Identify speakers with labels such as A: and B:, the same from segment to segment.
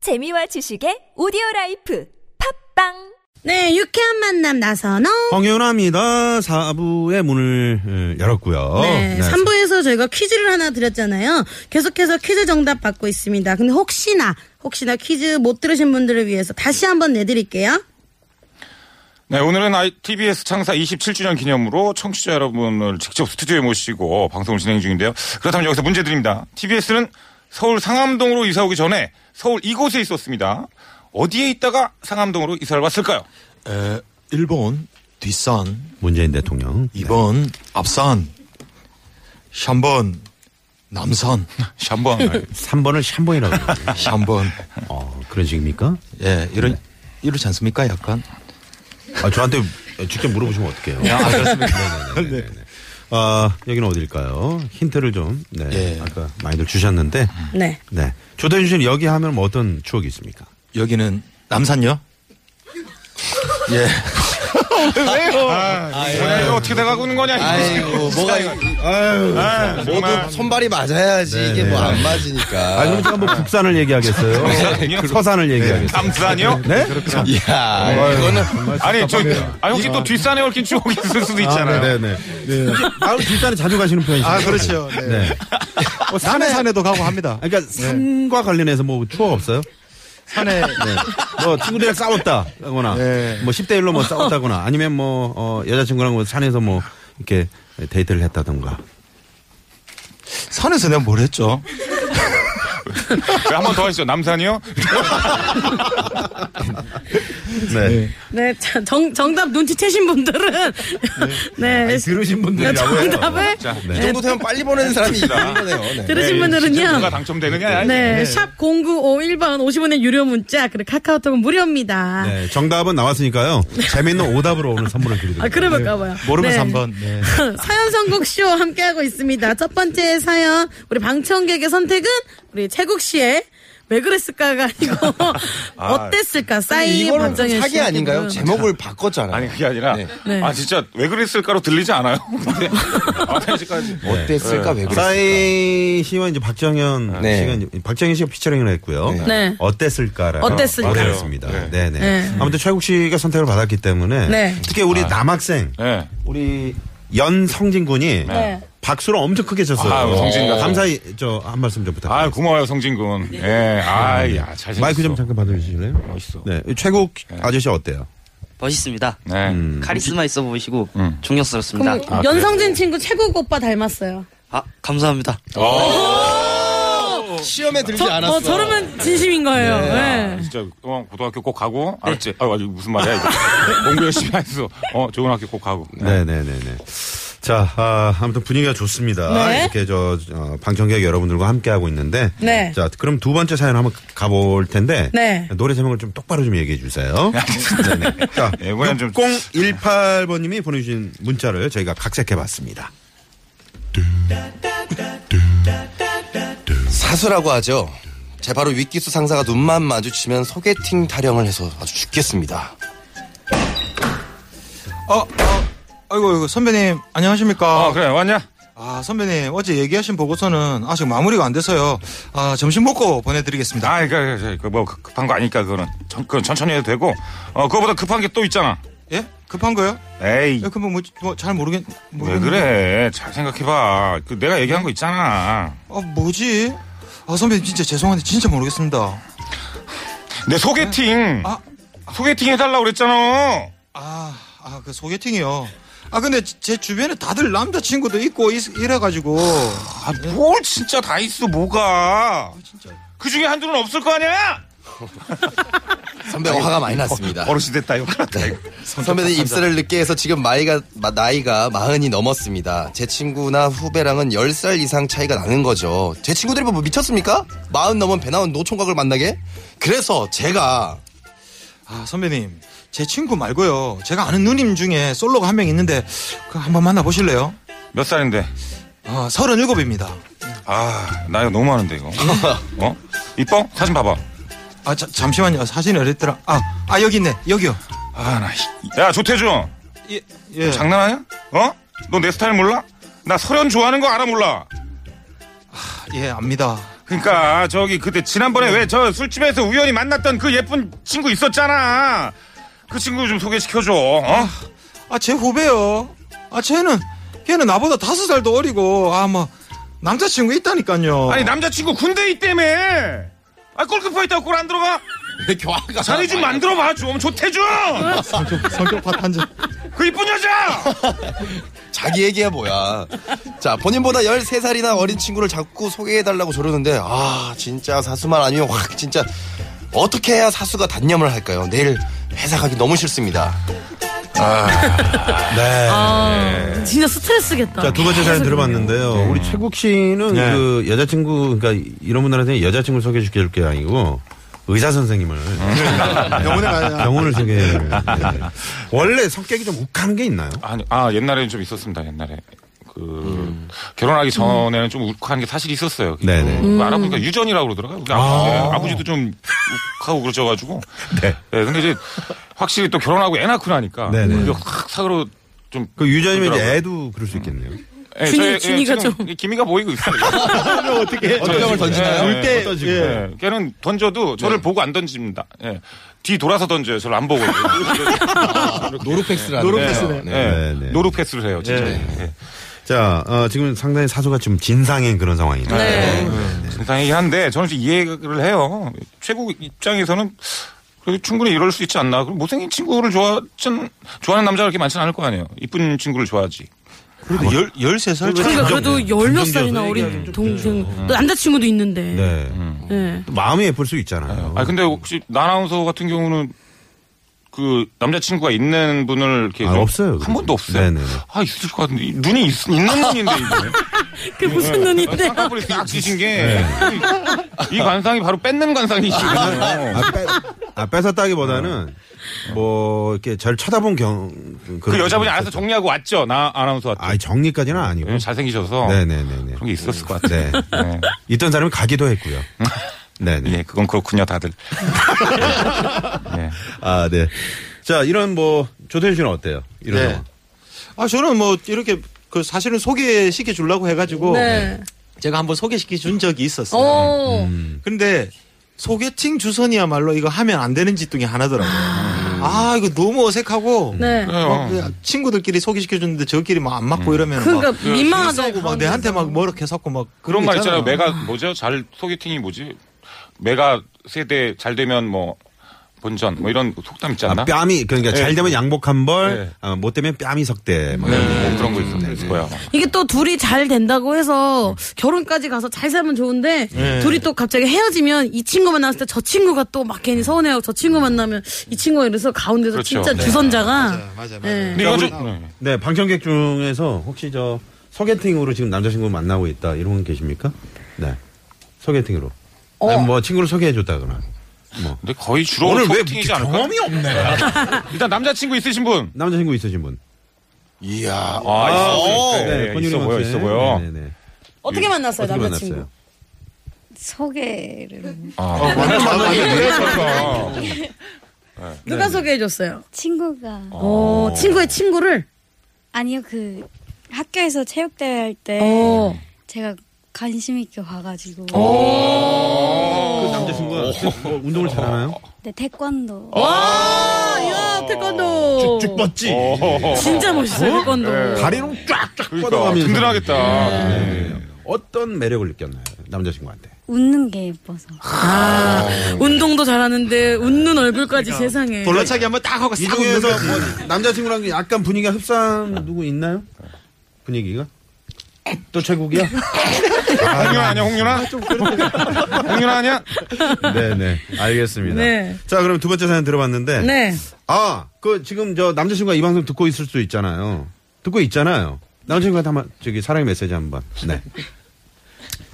A: 재미와 지식의 오디오 라이프 팝빵
B: 네, 유쾌한 만남 나선홍.
C: 성현아입니다. 4부의 문을 에, 열었고요.
B: 네,
C: 네,
B: 3부에서 저희가 퀴즈를 하나 드렸잖아요. 계속해서 퀴즈 정답 받고 있습니다. 근데 혹시나, 혹시나 퀴즈 못 들으신 분들을 위해서 다시 한번 내드릴게요.
D: 네, 오늘은 I- TBS 창사 27주년 기념으로 청취자 여러분을 직접 스튜디오에 모시고 방송을 진행 중인데요. 그렇다면 여기서 문제 드립니다. TBS는 서울 상암동으로 이사 오기 전에 서울 이곳에 있었습니다. 어디에 있다가 상암동으로 이사를 왔을까요?
E: 에, 1번 뒷산,
C: 문재인 대통령. 네.
E: 2번 앞산, 3번 남산,
D: 샴번.
C: 3번을 샴보이라고. 그러네요.
E: 3번
C: 어, 그런 식입니까?
E: 예 이런 이렇지 않습니까 약간
C: 아, 저한테 직접 물어보시면 어떡해요. 아, 그렇습니까? 네네네. 아, 여기는 어딜까요? 힌트를 좀, 네.
E: 예.
C: 아까 많이들 주셨는데.
B: 네.
C: 네. 조대준 씨는 여기 하면 뭐 어떤 추억이 있습니까?
E: 여기는 남산요? 예.
D: 오늘 네, 이거 어떻게 돼가고 있는 거냐? 이거.
F: 아이고 뭐가 이-
D: 아, 정말.
F: 모두 손발이 맞아야지 이게
E: 네.
F: 뭐 안 맞으니까.
C: 아, 그럼 제가 뭐 북산을
E: 네, 그렇죠.
C: 얘기하겠어요? 서산을 얘기하겠어요?
D: 남산이요?
C: 네?
F: 이야 이거는
D: 아니, 저, 아니, 혹시 또 뒷산에 얽힌 추억이 있을 수도 있잖아요.
C: 네네네. 네. 아, 뒷산에 자주 가시는 편이시죠?
E: 아 그렇죠. 네.
C: 네.
E: 어, 산에 산에도 가고 합니다.
C: 그러니까 산과 관련해서 뭐 추억 없어요?
E: 산에
C: 뭐 친구들이랑 싸웠다거나
E: 네.
C: 뭐 10대 1로 뭐 싸웠다거나 아니면 뭐 어, 여자친구랑 뭐 산에서 뭐 이렇게 데이트를 했다던가
E: 산에서 내가 뭘 했죠?
D: 한 번 더 하시죠. 남산이요?
C: 네.
B: 네, 자, 정, 정답 눈치채신 분들은. 네.
C: 들으신 분들이라고 해요.
B: 정답을
F: 이 정도 되면 빨리 보내는 사람이 있는 거네요. 네.
B: 들으신
D: 네. 진짜
B: 분들은요.
D: 누가 당첨되느냐?
B: 네, 샵 0951번 50원의 유료 문자, 그리고 카카오톡은 무료입니다.
C: 네, 정답은 나왔으니까요. 재밌는 오답으로 오늘 선물을 드리도록
B: 아, 그래볼까봐요.
E: 모르면 3번. 네.
B: 사연 선곡 쇼 함께하고 있습니다. 첫 번째 사연 우리 방청객의 선택은 우리 채국 씨의 왜 그랬을까가 아니고 어땠을까 싸이
F: 이거는
B: 박정현 네. 씨
F: 사기 아닌가요? 제목을 바꿨잖아요.
D: 아니 그게 아니라
F: 네.
B: 네.
D: 아 진짜 왜 그랬을까로 들리지 않아요? 근데 아직까지
E: 네.
F: 어땠을까 왜 그랬을까?
C: 싸이 씨와 이제 박정현
F: 네.
C: 씨가 이제 박정현 씨가 피처링을 했고요.
B: 네.
C: 어땠을까라고
B: 어땠을까?
C: 말했습니다.
D: 네.
C: 네. 네
B: 네.
C: 아무튼 최국 씨가 선택을 받았기 때문에
B: 네.
C: 특히 우리 남학생
D: 아. 네.
C: 우리 연성진 군이
B: 네.
C: 박수를 엄청 크게 쳤어요.
D: 아유, 성진 군.
C: 감사히 저 한 말씀 좀 부탁드립니다.
D: 아 고마워요 성진 군.
B: 네.
D: 예. 아야 잘생.
C: 마이크 좀 잠깐 받아주실래요?
D: 멋있어.
C: 네, 이 최국 아저씨 어때요?
G: 멋있습니다.
D: 네.
F: 음.
E: 음.
G: 카리스마 있어 보이시고 존경스럽습니다.
B: 연성진 친구 최국 오빠 닮았어요.
G: 아 감사합니다.
F: 시험에 들지
B: 저,
F: 않았어.
B: 어, 저러면 진심인 거예요. 네.
D: 진짜 어, 고등학교 꼭 가고 알았지? 아 아주 무슨 말이야 이거. 공부 열심히 해서 어 좋은 학교 꼭 가고. 네.
C: 네, 네, 네, 네. 자, 아, 아무튼 분위기가 좋습니다.
B: 네.
C: 이렇게 저 어, 방청객 여러분들과 함께 하고 있는데,
B: 네.
C: 자, 그럼 두 번째 사연 한번 가볼 텐데,
B: 네.
C: 노래 제목을 좀 똑바로 좀 얘기해 주세요. 네, 네. 자,
D: 예, 이번엔 좀-
C: 6018번님이 보내주신 문자를 저희가 각색해봤습니다.
F: 사수라고 하죠. 제 바로 윗기수 상사가 눈만 마주치면 소개팅 타령을 해서 아주 죽겠습니다.
E: 어, 어, 아이고, 아이고, 선배님 안녕하십니까?
D: 아 그래 왔냐?
E: 아 선배님 어제 얘기하신 보고서는 아직 마무리가 안 돼서요. 아 점심 먹고 보내드리겠습니다.
D: 아 그러니까 그, 뭐 급한 거 아니까 그거는 천, 그건 천천히 해도 되고 어 그거보다 급한 게 또 있잖아.
E: 예? 급한 거요?
D: 에이.
E: 예, 그럼 뭐잘 모르겠.
D: 왜 그래? 잘 생각해봐. 그 내가 얘기한 거 있잖아.
E: 아 뭐지? 아 선배님 진짜 죄송한데 진짜 모르겠습니다.
D: 내 소개팅.
E: 아.
D: 소개팅 해달라 고 그랬잖아.
E: 아, 아, 그 소개팅이요. 아, 근데 제 주변에 다들 남자친구도 있고 이, 이래가지고.
D: 아 뭘 진짜 다 있어 뭐가 그 중에 한둘은 없을 거 아니야
F: 선배가 화가 많이 났습니다. 네.
D: 버릇이 됐다 이거 큰일 났다, 이거.
F: 선배들 입사를 늦게 해서 지금 나이가, 마- 나이가 마흔이 넘었습니다. 제 친구나 후배랑은 10살 이상 차이가 나는 거죠. 제 친구들이 뭐 미쳤습니까? 마흔 넘은 배 나온 노총각을 만나게? 그래서 제가
E: 아, 선배님. 제 친구 말고요. 제가 아는 누님 중에 솔로가 한 명 있는데, 그 한번 만나보실래요?
D: 몇 살인데
E: 아, 37입니다.
D: 아 나이가 너무 많은데 이거 어 이뻐 사진 봐봐
E: 아, 자- 잠시만요. 사진이 어딨더라. 아, 아, 여기 있네. 여기요.
D: 아나야 조태준
E: 예, 예.
D: 네. 장난하냐 어? 어너 내 스타일 몰라 나 설현 좋아하는 거 알아 몰라
E: 예, 압니다.
D: 그러니까 저기 그때 지난번에 왜 저 술집에서 우연히 만났던 그 예쁜 친구 있었잖아. 그 친구 좀 소개시켜줘. 어?
E: 아, 제 후배요. 아, 쟤는, 걔는 나보다 다섯 살도 어리고, 아, 뭐, 남자친구 있다니까요.
D: 아니 남자친구 군대 있다며. 아 골키퍼 있다고 골 안 들어가?
F: 교화가
D: 자리 좀 만들어봐 좀 조태준.
E: 성격, 성격 파탄자.
D: 그 이쁜 여자.
F: 자기 얘기야 뭐야. 자 본인보다 13살이나 어린 친구를 자꾸 소개해달라고 조르는데 아 진짜 사수만 아니면 확 진짜 어떻게 해야 사수가 단념을 할까요? 내일 회사 가기 너무 싫습니다.
B: 아, 진짜 스트레스겠다.
C: 자, 두 번째 사연 들어봤는데요.
D: 네.
C: 우리 최국 씨는
E: 네.
C: 그 여자친구, 그러니까 이런 분들한테 여자친구 소개해 줄게 아니고 의사 선생님을
E: 병원에 가야.
C: 병원을 소개해. 네. 원래 성격이 좀 욱하는 게 있나요?
D: 아니 아 옛날에는 좀 있었습니다 옛날에. 그 결혼하기 전에는 좀 욱한 게 사실 있었어요.
C: 음. 네네. 음.
D: 그 알아보니까 유전이라고 그러더라고요. 우리 아버지, 네, 아버지도 좀 욱하고 그러셔가지고.
C: 네.
D: 네, 근데 이제 확실히 또 결혼하고 애 낳고 나니까
C: 네네.
D: 그게 확 사그로 좀.
C: 그 유전이면 이제
D: 그러더라고요.
C: 애도 그럴 수 있겠네요.
D: 예,
B: 준이-
D: 저의- 예,
B: 준이가
D: 지금
B: 좀-
D: 이 기미가 보이고 있어요.
C: 어떻게
F: 어떻게 던지나요?
D: 예, 예,
C: 던지고.
D: 예, 걔는
C: 네.
D: 던져도 저를 보고 안 던집니다. 예. 뒤 돌아서 던져요. 저를 안 보고.
F: 노루팩스라는
D: 노루패스네.
C: 네, 네.
D: 노루 패스를 해요, 진짜. 예.
C: 자, 어, 지금 상당히 사소가 지금 진상인 그런 상황이네요.
D: 진상이긴 한데 저는 좀 이해를 해요. 최국 입장에서는 그래도 충분히 이럴 수 있지 않나. 그리고 못생긴 친구를 좋아, 좀 좋아하는 남자가 그렇게 많지는 않을 거 아니에요. 이쁜 친구를 좋아하지.
E: 그래도 열, 열세 살 차이.
B: 그러니까 그래도 열 몇
C: 긍정적으로
B: 살이나
C: 얘기하면
B: 어린
C: 좀
B: 동생, 또 남자친구도 있는데.
C: 네.
B: 예.
C: 또 마음이 예쁠 수 있잖아요.
D: 아 근데 혹시 나나운서 같은 경우는 그 남자친구가 있는 분을 이렇게
C: 아,
D: 좀-
C: 없어요,
D: 한
C: 그래서.
D: 번도 없어요.
C: 네네네.
D: 아 있을 것 같은데 이 눈이 있, 는 눈인데 이게
B: 그게 무슨 눈인데.
D: 쌍꺼풀이 싹 찢은 게 이 관상이 바로 뺏는 관상이시거든요.
C: 네. 아, 뺏, 아, 뺏었다기보다는 뭐 이렇게 절 쳐다본 경.
D: 어. 그 여자분이 알아서 정리하고 왔죠. 나 아나운서 왔죠.
C: 아, 정리까지는 아니고.
D: 왜냐면 잘생기셔서
C: 네네네네.
D: 어, 그런 게 있었을 것 같아요. 음.
C: 네. 있던 사람이 가기도 했고요. 네네.
D: 예, 그건 그렇군요, 다들. 예.
C: 아, 네. 자, 이런 뭐, 조태준 씨는 어때요? 이런
E: 네.
C: 상황.
E: 아, 저는 뭐, 이렇게, 그, 사실은 소개시켜 주려고 해가지고.
B: 네.
E: 제가 한번 소개시켜 준 적이 있었어요.
B: 오.
E: 근데 소개팅 주선이야말로 이거 하면 안 되는 짓 중에 하나더라고요. 아 이거 너무 어색하고
B: 네.
E: 막 그냥 친구들끼리 소개시켜 줬는데 저끼리 막 안 맞고 이러면
B: 그러니까
E: 막
B: 민망하다.
E: 싸우고 막
B: 그런
E: 내한테
B: 데서.
E: 막 뭐렇게 섞고 막
D: 그런 말 있잖아요.
E: 거
D: 메가 뭐죠? 잘 소개팅이 뭐지? 메가 세대 잘 되면 뭐 본전 뭐 이런 속담 있지 않나?
C: 아, 뺨이, 그러니까 잘 되면 양복 한 벌,
D: 네.
C: 아, 못 되면 뺨이 석대. 뭐
D: 네,
C: 이런
D: 뭐 그런 거 있었을 거야.
B: 이게 또 둘이 잘 된다고 해서 결혼까지 가서 잘 살면 좋은데 둘이 또 갑자기 헤어지면 이 친구 만났을 때 저 친구가 또 막 괜히 서운해하고 저 친구 만나면 이 친구가 이래서 가운데서
D: 그렇죠.
B: 진짜
D: 네.
B: 주선자가
E: 맞아 맞아.
B: 네.
D: 근데 이건 좀 네.
C: 네, 방청객 중에서 혹시 저 소개팅으로 지금 남자친구 만나고 있다 이런 분 계십니까? 네, 소개팅으로.
B: 어.
C: 아니, 뭐 친구를 소개해줬다거나. 뭐
D: 근데 거의 주로 소개팅이지 않을까?
C: 없네.
D: 일단 남자친구 있으신 분.
C: 남자친구 있으신 분.
F: 이야
D: 아, 있어, 있어, 네,
C: 권유리
D: 있어 보여,
C: 선수의.
D: 있어 보여.
C: 네, 네, 네.
B: 어떻게 만났어요
C: 어떻게
B: 남자친구?
C: 만났어요?
H: 소개를
D: 아,
B: 누가 소개해줬어요?
H: 친구가
B: 어 친구의 친구를.
H: 아니요 그 학교에서 체육대회 할 때
B: 어.
H: 제가 관심 있게 봐가지고
C: 그
D: 어.
C: 남자친구가 뭐 운동을 잘하나요?
H: 네 태권도
B: 와, 아, 이야 태권도.
C: 뻗지.
B: 진짜 멋있어요 태권도. 아,
C: 다리는 쫙쫙
D: 그러니까
C: 뻗어가면서.
D: 든든하겠다. 네.
C: 어떤 매력을 느꼈나요 남자친구한테?
H: 웃는 게 예뻐서
B: 아 운동도 잘하는데 웃는 얼굴까지 세상에.
E: 돌라차기 한번 딱 하고
C: 이
E: 싹
C: 중에서 네.
E: 웃는 거.
C: 뭐 남자친구랑 약간 분위기가 흡사한 누구 있나요? 분위기가? 또 최국이야?
D: 홍윤아 아니야, 홍윤아? 홍윤아 아니야?
C: 네네. 알겠습니다.
B: 네.
C: 자, 그럼 두 번째 사연 들어봤는데.
B: 네.
C: 아, 그 지금 저 남자친구가 이 방송 듣고 있을 수도 있잖아요. 듣고 있잖아요. 남자친구한테 한번 저기 사랑의 메시지 한번. 네.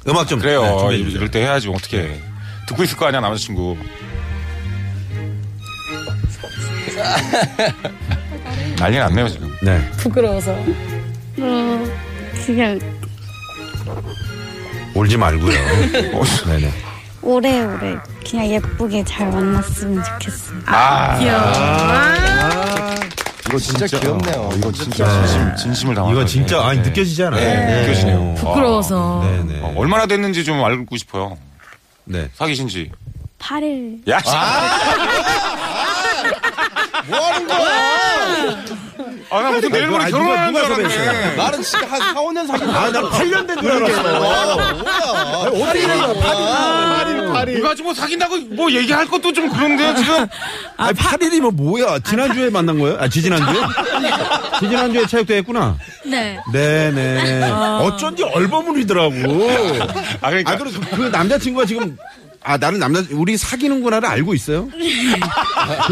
C: 음악 좀.
D: 그래요.
C: 네, 준비해 주세요.
D: 이럴 때 해야지, 어떻게. 듣고 있을 거 아니야, 남자친구. 난리 났네요, 지금.
C: 네.
B: 부끄러워서.
H: 뭐 그냥
C: 울지 말고요. 네, 네네.
H: 오래오래 그냥 예쁘게 잘 만났으면 좋겠어요
B: 귀여워. 아,
F: 이거 진짜, 귀엽네요.
D: 어, 이거 진짜 진심, 진심을 담아.
C: 이거 진짜 아니 느껴지지 않아요?
D: 네,
C: 네.
D: 느껴지네요.
B: 부끄러워서.
C: 네, 네.
D: 아, 어, 얼마나 됐는지 좀 알고 싶어요.
C: 네.
D: 사귀신지.
H: 8일
D: 야, 씨.
F: 뭐 하는 거야?
D: 아, 나 무슨 내일 모레
C: 아니, 누가-
D: 결혼하는 줄
C: 누가
D: 알았네.
C: 섭외했어요?
F: 나는 진짜 한 4, 5년 사귄
C: 아, 난 8년 된 줄 알았어.
F: 거야.
C: 어떻게
D: 뭐. 이거 가지고 뭐 사귄다고 뭐 얘기할 것도 좀 그런데요, 지금?
C: 아, 8일이면 뭐야? 지난주에 만난 거예요? 아, 지지난주에? 지지난주에 체육대회 했구나.
B: 네.
C: 네네. 어쩐지 얼버무리더라고.
D: 아, 그러니까.
C: 아, 그래서 그 남자친구가 지금, 아, 나는 남자, 우리 사귀는구나를 알고 있어요?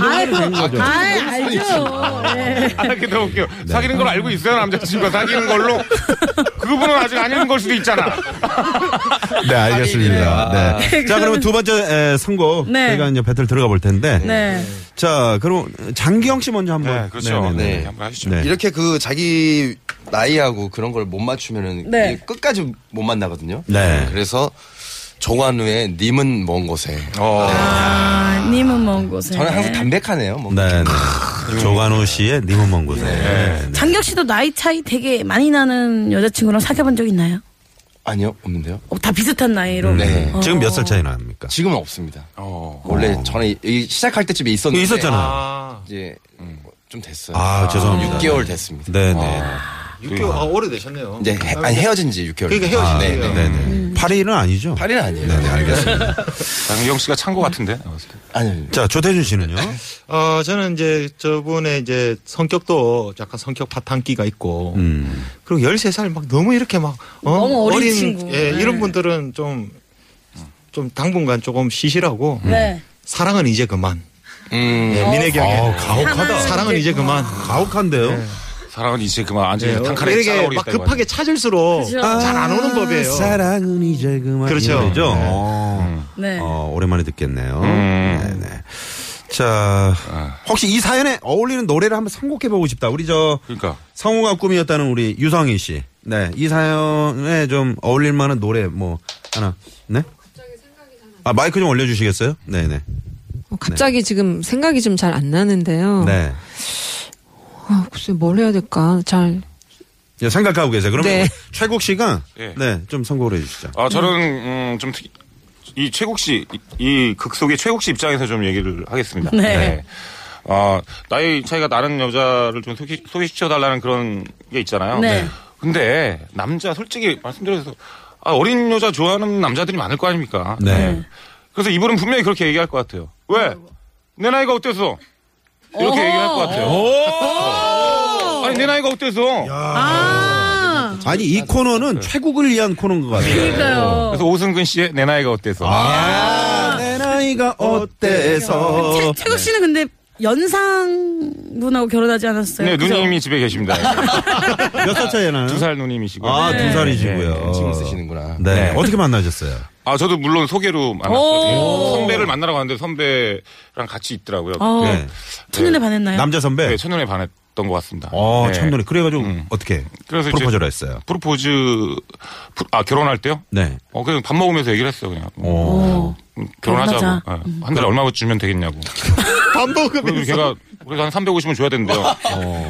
B: 아유,
C: 거죠.
B: 아유, 알죠. 예.
D: 아, 그게 더 웃겨.
F: 네.
D: 사귀는 걸 알고 있어요, 남자친구가. 사귀는 걸로. 그분은 아직 아닌 걸 수도 있잖아.
C: 네, 알겠습니다. 네. 자, 그러면 두 번째 에, 선곡.
B: 네.
C: 저희가 이제 배틀 들어가 볼 텐데.
B: 네.
C: 자, 그럼 장기영 씨 먼저 한번.
D: 네, 그렇죠.
C: 네, 네,
D: 네,
C: 네.
D: 한번 하시죠.
C: 네.
F: 이렇게 그 자기 나이하고 그런 걸 못 맞추면은
B: 네.
F: 이게 끝까지 못 만나거든요.
C: 네.
F: 그래서 정환우의 님은 먼 곳에.
B: 아, 님은 먼 곳에.
F: 저는 항상 어. 담백하네요. 뭔가.
C: 네, 네. 조관호 씨의 님은 먼 곳에. 네.
B: 장혁 씨도 나이 차이 되게 많이 나는 여자친구랑 사귀어본 적 있나요?
F: 아니요, 없는데요.
B: 어, 다 비슷한 나이로.
C: 네.
B: 어.
C: 지금 몇 살 차이 나니까?
F: 지금은 없습니다.
D: 어.
F: 원래 전에 이- 시작할 때쯤에 그 있었는데
C: 있었잖아요. 음.
F: 이제 좀 됐어요.
C: 아, 죄송합니다.
F: 6개월 됐습니다.
C: 네네.
E: 6개월 아, 오래되셨네요.
F: 이제 헤, 아니, 헤어진 지 6개월.
E: 그러니까 헤어진 거예요.
F: 네, 네.
C: 네네. 8일은 아니죠?
F: 8일은 아니에요. 네, 알겠습니다.
D: 장영 아, 씨가 찬 것 같은데. 어,
F: 아니요.
C: 자, 조태준 씨는요?
E: 어, 저는 이제 저분의 이제 성격도 약간 성격 파탄기가 있고
C: 음.
E: 그리고 13살 막 너무 이렇게 막 어?
B: 너무 어린 친구.
E: 예,
B: 네.
E: 이런 분들은 좀 좀 당분간 조금 시실하고
B: 네.
E: 사랑은 이제 그만.
F: 음.
E: 예, 민혜경의
C: 아, 가혹하다.
E: 사랑은 이제 그만.
C: 가혹한데요?
D: 사랑은 이제 그만
E: 예,
D: 앉아서 단칼에
E: 이렇게
D: 싸우고
E: 막 급하게 찾을수록
B: 그죠.
E: 잘 안 오는 법이에요.
C: 사랑은 이제 그만.
E: 그렇죠.
C: 이 노래죠?
E: 네.
C: 어.
B: 네.
C: 어, 오랜만에 듣겠네요.
D: 음.
C: 네네. 자, 혹시 이 사연에 어울리는 노래를 한번 선곡해보고 싶다. 우리 저,
D: 그러니까.
C: 성우가 꿈이었다는 우리 유성희 씨. 네, 이 사연에 좀 어울릴 만한 노래 뭐 하나. 네? 아, 마이크 좀 올려주시겠어요? 네네.
I: 어, 갑자기 지금 생각이 좀 잘 안 나는데요.
C: 네.
I: 아, 글쎄 뭘 해야 될까? 잘
C: 예, 생각하고 계세요. 그러면
I: 네.
C: 최국 씨가
D: 예.
C: 네, 좀 선곡을 해주시죠.
D: 아, 저는, 음, 좀, 특이- 이 최국 씨, 이- 이 극속의 최국 씨 입장에서 좀 얘기를 하겠습니다.
B: 네.
D: 아, 나이 차이가 나는 여자를 좀 소개, 소개시켜달라는 그런 게 있잖아요.
B: 네. 네.
D: 근데, 남자, 솔직히 말씀드려서, 아, 어린 여자 좋아하는 남자들이 많을 거 아닙니까?
C: 네.
D: 그래서 이분은 분명히 그렇게 얘기할 것 같아요. 왜? 내 나이가 어때서? 이렇게 얘기할 것 같아요. 어. 아니, 내 나이가 어때서?
B: 아,
C: 아니 이 코너는
D: 네.
C: 최국을 위한 코너인 것 같아요.
B: 그러니까요.
D: 그래서 오승근 씨의 내 나이가 어때서?
C: 아, 내 나이가 어때서?
B: 최, 국 씨는 근데 연상 분하고 결혼하지 않았어요?
D: 네,
B: 그죠?
D: 누님이 집에 계십니다.
C: 몇 살 차이 나요?
D: 두 살 누님이시고.
C: 아, 두 살이시고요.
D: 네, 네.
B: 어.
F: 지금 쓰시는구나.
C: 네. 어떻게 만나셨어요?
D: 아, 저도 물론 소개로 만났어요. 선배를 만나러 갔는데 선배랑 같이 있더라고요.
B: 어,
C: 네.
B: 첫눈에 반했나요?
C: 남자 선배.
D: 네, 첫눈에 반했던 것 같습니다.
C: 어,
D: 네.
C: 첫눈에 그래가지고 어떻게
D: 그래서 이제-
C: 프로포즈를 했어요?
D: 프로포즈, 프- 아, 결혼할 때요?
C: 네.
D: 어, 그냥 밥 먹으면서 얘기를 했어요, 그냥.
C: 어.
D: 음, 결혼하자고.
B: 결혼하자.
D: 예.
I: 음.
D: 한 달에 얼마 주면 되겠냐고.
E: 밥
D: 그리고
E: 먹으면서
D: 걔가, 그래서 한 350은 줘야 된대요.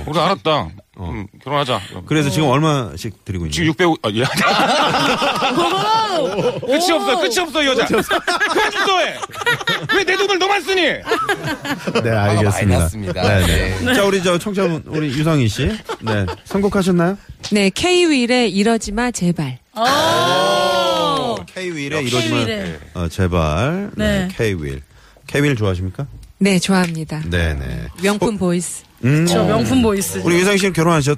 D: 그래서 알았다. 음, 결혼하자.
C: 그래서 지금 얼마씩 드리고 있나요?
D: 지금 600, 아, 예. 끝이 없어, 끝이 없어, 이 여자. 끝이 없어, 해. 왜 내 돈을 너만 쓰니?
C: 네,
F: 많이 났습니다.
C: 네, 네. 자, 우리 저 청자분, 우리 유성희 씨. 네. 선곡하셨나요?
I: 네, K-윌의 이러지 마 제발.
C: K-윌에
B: K-Will에.
C: 어, 제발. 네.
B: 네.
C: K-윌. K-윌 좋아하십니까?
I: 네, 좋아합니다.
C: 네네.
I: 명품 보이스.
C: 음.
B: 저 명품
D: 어.
B: 보이스.
C: 우리 유성희 씨는 결혼하셨죠?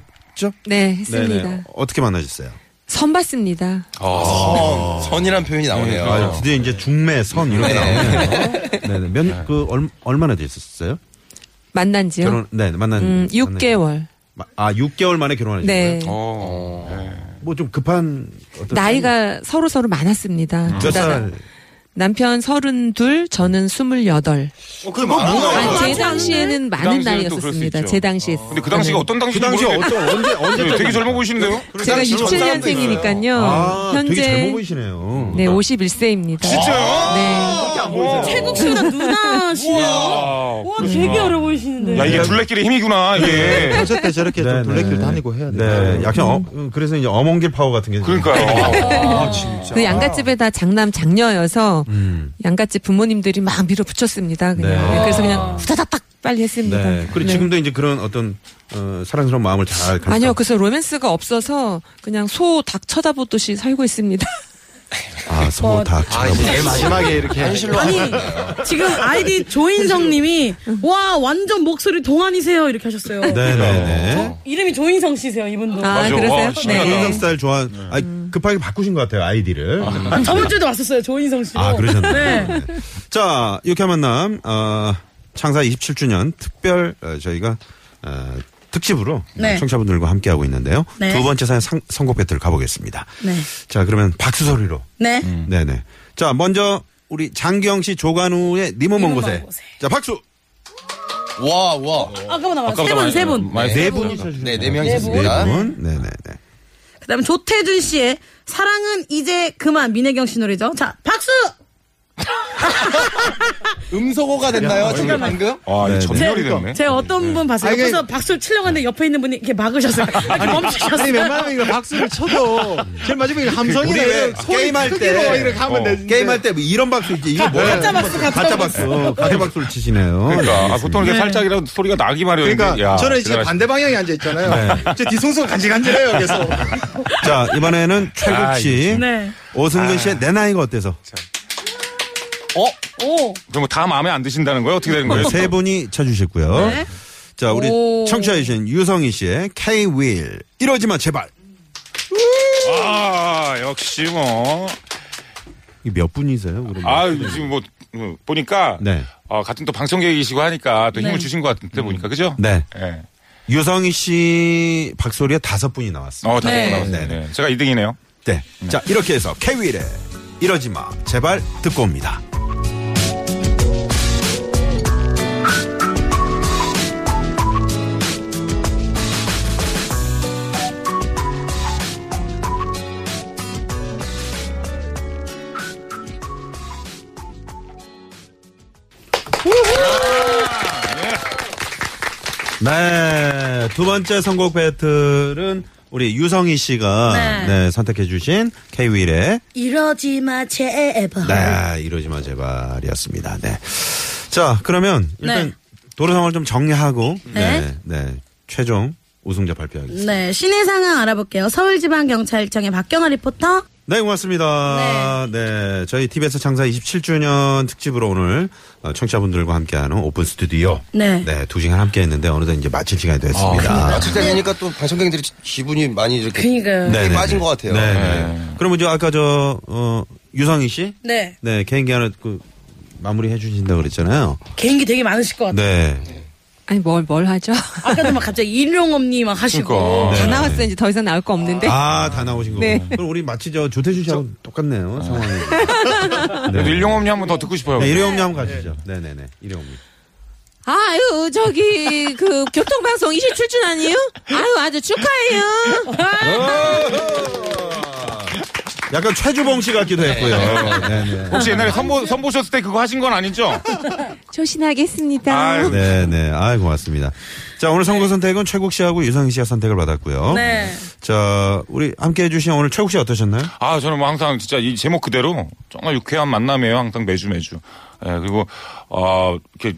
I: 네, 했습니다.
C: 어떻게 만나셨어요?
I: 선 봤습니다.
C: 어.
F: 선이란 표현이 나오네요.
C: 아, 드디어 이제 중매선 이렇게 나오네요. 네네. 몇, 그, 얼, 얼마나 됐었어요?
I: 만난 지요?
C: 결혼, 네, 만난.
I: 음,
C: 만난-
I: 6개월.
C: 마- 아, 6개월 만에 결혼하셨어요?
I: 네.
D: 어.
C: 뭐 좀 급한 어떤
I: 나이가 서로 서로 많았습니다.
C: 음. 몇
I: 그러다가
C: 살?
I: 남편 서른둘, 저는 스물여덟.
D: 어, 그게 많은
I: 아, 제
D: 거예요.
I: 당시에는 많은
D: 당시에는 또 그럴 수
I: 나이였었습니다.
D: 있죠.
I: 제 당시에. 네.
D: 근데 그 당시가 어떤 당시
C: 그 당시 어떤 언제 언제
D: 되게 젊어 보이시는데요?
I: 제가 67년생이니까요.
C: 아, 되게 젊어
I: 현재
C: 보이시네요.
I: 네 51세입니다.
D: 진짜요?
I: 네.
B: 최국 씨보다 누나시네요.
D: 와,
B: 와, 되게 어려 보이시는데.
D: 야 이게 둘레길의 힘이구나 이게.
E: 어쨌든 저렇게
C: 네,
E: 좀 둘레길
C: 네.
E: 다니고 해야 돼.
C: 네, 약간 어, 음, 그래서 이제 어멍길 파워 같은 게.
D: 그러니까요. 아,
I: 그 양갓집에 다 장남 장녀여서
C: 음.
I: 양갓집 부모님들이 막 밀어붙였습니다. 그냥.
C: 네.
I: 그래서 그냥 후다닥 빨리 했습니다.
C: 네. 그리고
I: 네.
C: 지금도 이제 그런 어떤 어, 사랑스러운 마음을 잘. 감싸-
I: 아니요, 그래서 로맨스가 없어서 그냥 소 닭 쳐다보듯이 살고 있습니다.
C: 아, 서로 다 쳐다보고.
E: 제일 마지막에 이렇게 현실로
B: 아니 지금 아이디 조인성님이 와 완전 목소리 동안이세요 이렇게 하셨어요.
C: 네. 네네네.
B: 이름이 조인성 씨세요 이분도.
I: 아,
D: 맞아.
I: 그러세요?
D: 와, 진짜
C: 인상
I: 네.
C: 스타일 좋아. 아, 급하게 바꾸신 것 같아요 아이디를.
B: 아, 저번 주에도 왔었어요 조인성 씨로.
C: 아, 그러셨나요?
B: 네.
C: 자, 유쾌한 만남, 어, 창사 27주년 특별, 어, 저희가, 어, 특집으로
B: 네.
C: 청취자분들과 함께하고 있는데요.
B: 네.
C: 두 번째 사연 상, 선곡 배틀 가보겠습니다.
B: 네.
C: 자, 그러면 박수 소리로.
B: 네.
D: 음.
C: 네네. 자, 먼저 우리 장경 씨 조간우의 니모 먼 곳에.
B: 곳에.
C: 자, 박수!
F: 와, 와.
B: 아까보다 많아요. 세 분, 세 분.
D: 많이
C: 네
D: 세
C: 분이
F: 네, 네 명이
C: 네
F: 있었습니다.
C: 분. 네네네.
B: 그다음 에 조태준 씨의 사랑은 이제 그만 민혜경 씨 노래죠. 자 박수. 네
F: 음소거가 됐나요? 지금 방금?
D: 아, 이게 전멸이 됐네.
B: 제가 어떤 분 봤어요.
E: 아, 이게-
B: 옆에서 박수를 치려고 하는데 옆에 있는 분이 이렇게 막으셨어요. 이렇게
E: 아니
B: 멈추셨어요.
E: 웬만하면 이거 박수를 쳐도 제일 마지막에 함성이나 이런 소리
F: 게임할
E: 크기로
F: 때.
E: 이렇게 하면
D: 어.
E: 되지
C: 게임할 때뭐 이런 박수 있지. 이거 뭐야? 가짜 박수, 가짜 박수. 어, 가짜 박수를 치시네요.
D: 그러니까 아, 보통 이렇게 살짝이라도 소리가 나기 마련인데.
E: 그러니까
D: 야,
E: 저는 지금
D: 대단하시다.
E: 반대 방향에 앉아 있잖아요. 제 뒤숭숭 간질간질해요. 계속.
C: 자, 이번에는
D: 아,
C: 최국 씨.
B: 네.
C: 오승근 씨의 내 나이가 어때서?
D: 어?
B: 오.
D: 그럼 다 마음에 안 드신다는 거예요? 어떻게 되는 거예요?
C: 네, 세 분이 쳐주셨고요.
B: 네.
C: 자, 우리
B: 오.
C: 청취자이신 유성희 씨의 K 윌 이러지 마 제발.
D: 아, 역시 뭐.
C: 이게 몇 분이세요? 그러면?
D: 아, 지금 뭐, 뭐 보니까
C: 네.
D: 어, 같은 또 방청객이시고 하니까 또 힘을
B: 네.
D: 주신 것 같은데 보니까 그죠?
C: 네.
D: 예.
C: 유성희 씨 박소리가 다섯 분이 나왔어요.
D: 어, 다섯
B: 네.
D: 분 나왔어요. 네. 제가 2등이네요.
C: 네. 자, 이렇게 해서 K 윌의 이러지 마 제발 듣고 옵니다. 네. 두 번째 선곡 배틀은 우리 유성희 씨가
B: 네.
C: 네, 선택해 주신 K 윌의
B: 이러지 마 제발.
C: 네, 이러지 마 제발이었습니다. 네. 자, 그러면 일단
B: 네.
C: 도로 상황을 좀 정리하고
B: 네.
C: 네, 네. 최종 우승자 발표하겠습니다.
B: 네, 시내 상황 알아볼게요. 서울지방경찰청의 박경아 리포터.
C: 네, 고맙습니다. 네. 저희 TBS 창사 27주년 특집으로 오늘 어, 청취자분들과 함께하는 오픈 스튜디오.
B: 네.
C: 네, 두 시간 함께 했는데 어느덧 이제 마칠 시간이 됐습니다.
F: 아, 진짜 되니까 또 방청객들이 기분이 많이 이렇게
B: 그니까요.
C: 네, 네,
F: 빠진
C: 네.
F: 것 같아요.
C: 네. 네. 그럼 이제 아까 저, 어, 유성희 씨?
B: 네.
C: 네, 개인기 하나 그 마무리 해주신다고 그랬잖아요.
B: 개인기 되게 많으실 것 같아요.
C: 네.
I: 아니 뭘 뭘 하죠?
B: 아까도 막 갑자기 일용엄니 막 하시고.
E: 그러니까. 네.
I: 다 나왔어요. 이제 더 이상 나올 거 없는데.
C: 아, 다 나오신 거고.
I: 네. 아.
C: 그럼 우리 마치 저 조태준 씨하고 똑같네요, 상황이.
D: 그래도 일용업니 한번 더 듣고 싶어요.
C: 네, 일회용리 한번 가시죠. 네네네. 일회용리.
I: 아유 저기 그 교통방송 27주 아니요? 아유 아주 축하해요.
C: 약간 최주봉 씨 같기도 했고요. 네네.
D: 혹시 옛날에 선보, 선보셨을 때 그거 하신 건 아니죠?
I: 조신하겠습니다.
D: 아유,
C: 네네. 아이, 고맙습니다. 자, 오늘 선거 선택은 최국 씨하고 유성희 씨가 선택을 받았고요.
B: 네.
C: 자, 우리 함께 해주신 오늘 최국 씨 어떠셨나요?
D: 아, 저는 뭐 항상 진짜 이 제목 그대로 정말 유쾌한 만남이에요. 항상 매주 매주. 예, 그리고, 어, 이렇게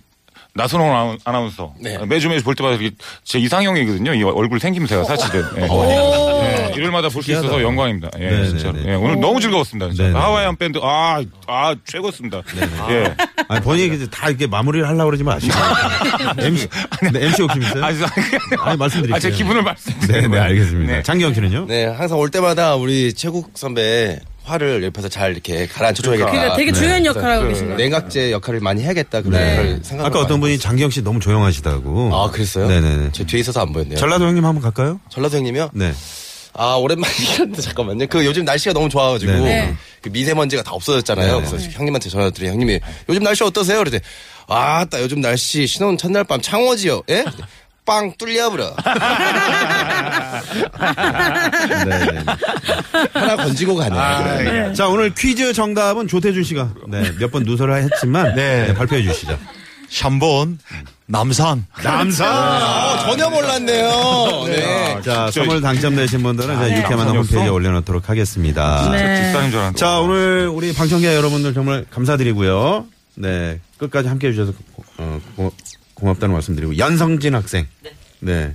D: 나선홍 아나운- 아나운서. 매주 매주 볼 때마다 이렇게 제 이상형이거든요. 이 얼굴 생김새가 사실은. 예. 예, 일요일마다 볼 수 있어서 영광입니다. 예,
C: 어. 네네네.
D: 진짜로. 예, 오늘 너무 즐거웠습니다. 진짜.
C: 네네. 네,
D: 하와이안 밴드, 아, 아, 최고였습니다. 예.
C: 아니, 본인이 이제 다 이렇게 마무리를 하려고 그러지 마시고. MC, 네, MC 욕심 있어요?
D: 아, 진짜 그게 아니라
C: 아니, 말씀드릴게요.
D: 아, 제 기분을 말씀드리는
C: 네네,
D: 거예요.
C: 알겠습니다.
D: 네.
C: 장기영 씨는요?
F: 네, 항상 올 때마다 우리 최국 선배 화를 옆에서 잘 이렇게 가라앉혀줘야겠다.
B: 그러니까
E: 아, 네.
B: 되게
C: 네.
B: 중요한 역할을 하고 계신 거예요.
F: 냉각제 역할을 많이 해야겠다 그런 생각을 생각.
C: 아까 어떤 분이 장기영 씨 너무 조용하시다고.
F: 아 그랬어요?
C: 네네네.
F: 제 뒤에 있어서 안 보였네요.
C: 전라도 형님 한번 갈까요?
F: 전라도 형님이요?
C: 네.
F: 아 오랜만이었는데 잠깐만요. 그 요즘 날씨가 너무 좋아가지고
C: 네,
B: 네.
F: 그 미세먼지가 다 없어졌잖아요.
C: 네,
F: 그래서 형님한테 전화드려 형님이 요즘 날씨 어떠세요? 그랬더니 아따 요즘 날씨 신혼 첫날 밤 창호지요. 예? 빵 뚫려버려.
C: 네.
F: 하나 건지고 가네.
C: 자 오늘 퀴즈 정답은 조태준 씨가 네, 몇 번 누설을 했지만
E: 네.
C: 네, 발표해 주시죠.
E: 샴본 남산
C: 남사.
F: 어, 전혀 몰랐네요. 네.
C: 자 선물 당첨되신 분들은 저희 유쾌한
D: 남산이었어?
C: 홈페이지에 올려놓도록
D: 네.
C: 하겠습니다.
D: 아, 집사인 줄 알았는데.
C: 자 오늘 우리 방청객 여러분들 정말 감사드리고요. 네 끝까지 함께해 주셔서 고, 어, 고, 고맙다는 말씀드리고 연성진 학생. 네.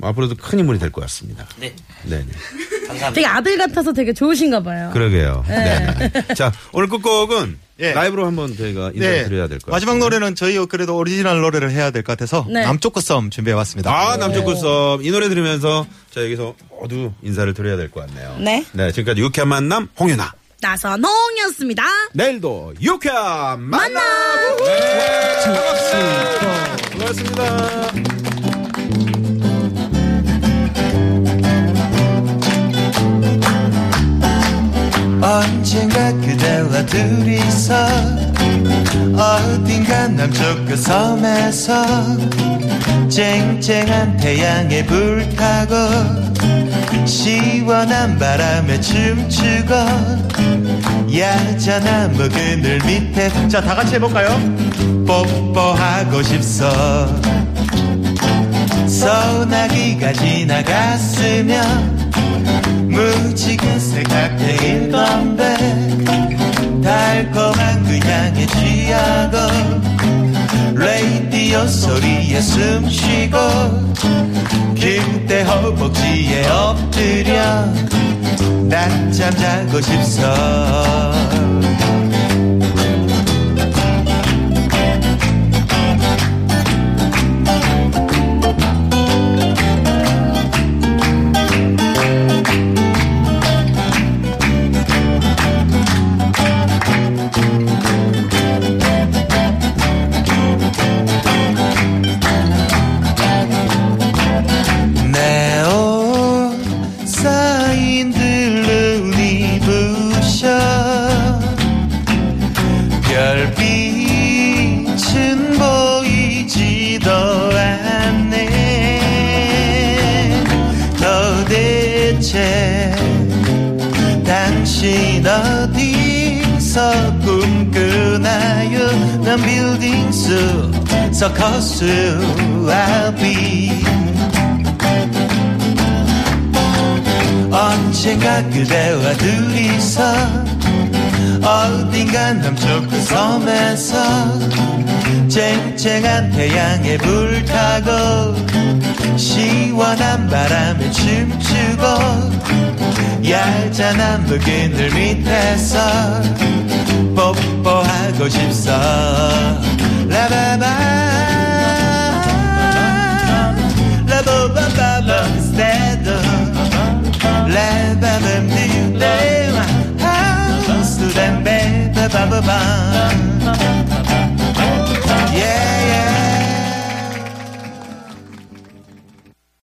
C: 앞으로도 큰 인물이 될 것 같습니다.
G: 네.
C: 네. 네.
B: 되게 아들 같아서 되게 좋으신가 봐요.
C: 그러게요. 네. 네. 자, 오늘 끝곡은
E: 예.
C: 라이브로 한번 저희가 인사를 드려야 될 것 같아요.
E: 네. 마지막 노래는 저희 그래도 오리지널 노래를 해야 될 것 같아서
B: 네.
E: 남쪽 끝섬 준비해봤습니다.
C: 아, 남쪽구섭. 이 노래 들으면서 저 여기서 모두 인사를 드려야 될 것 같네요.
H: 네.
C: 네. 지금까지 유쾌한 만남 홍윤아.
B: 나선홍이었습니다.
C: 내일도 유쾌한 만남! 네. 반갑습니다. 고맙습니다.
E: 언젠가 그대와 둘이서 어딘가 남쪽 그 섬에서 쨍쨍한 태양에 불타고 시원한 바람에 춤추고 야자나무 그늘 밑에 자 다 같이 해볼까요? 뽀뽀하고 싶어 소나기가 지나갔으면 무지개 새카게 일던 배 달콤한 그 향에 취하고 레이디오 소리에 숨 쉬고 그때 허벅지에 엎드려 낮잠 자고 싶어 네온 사인들 눈이 부셔 별빛은 보이지도 않네 도대체 당신 어디서 꿈꾸나요 난 빌딩수 서커스 I'll be 언젠가 그대와 둘이서 어딘가 남쪽 그 섬에서 쨍쨍한 태양에 불타고 시원한 바람에 춤추고 얇잖아 무 그늘 밑에서 뽀뽀하고 싶어 라바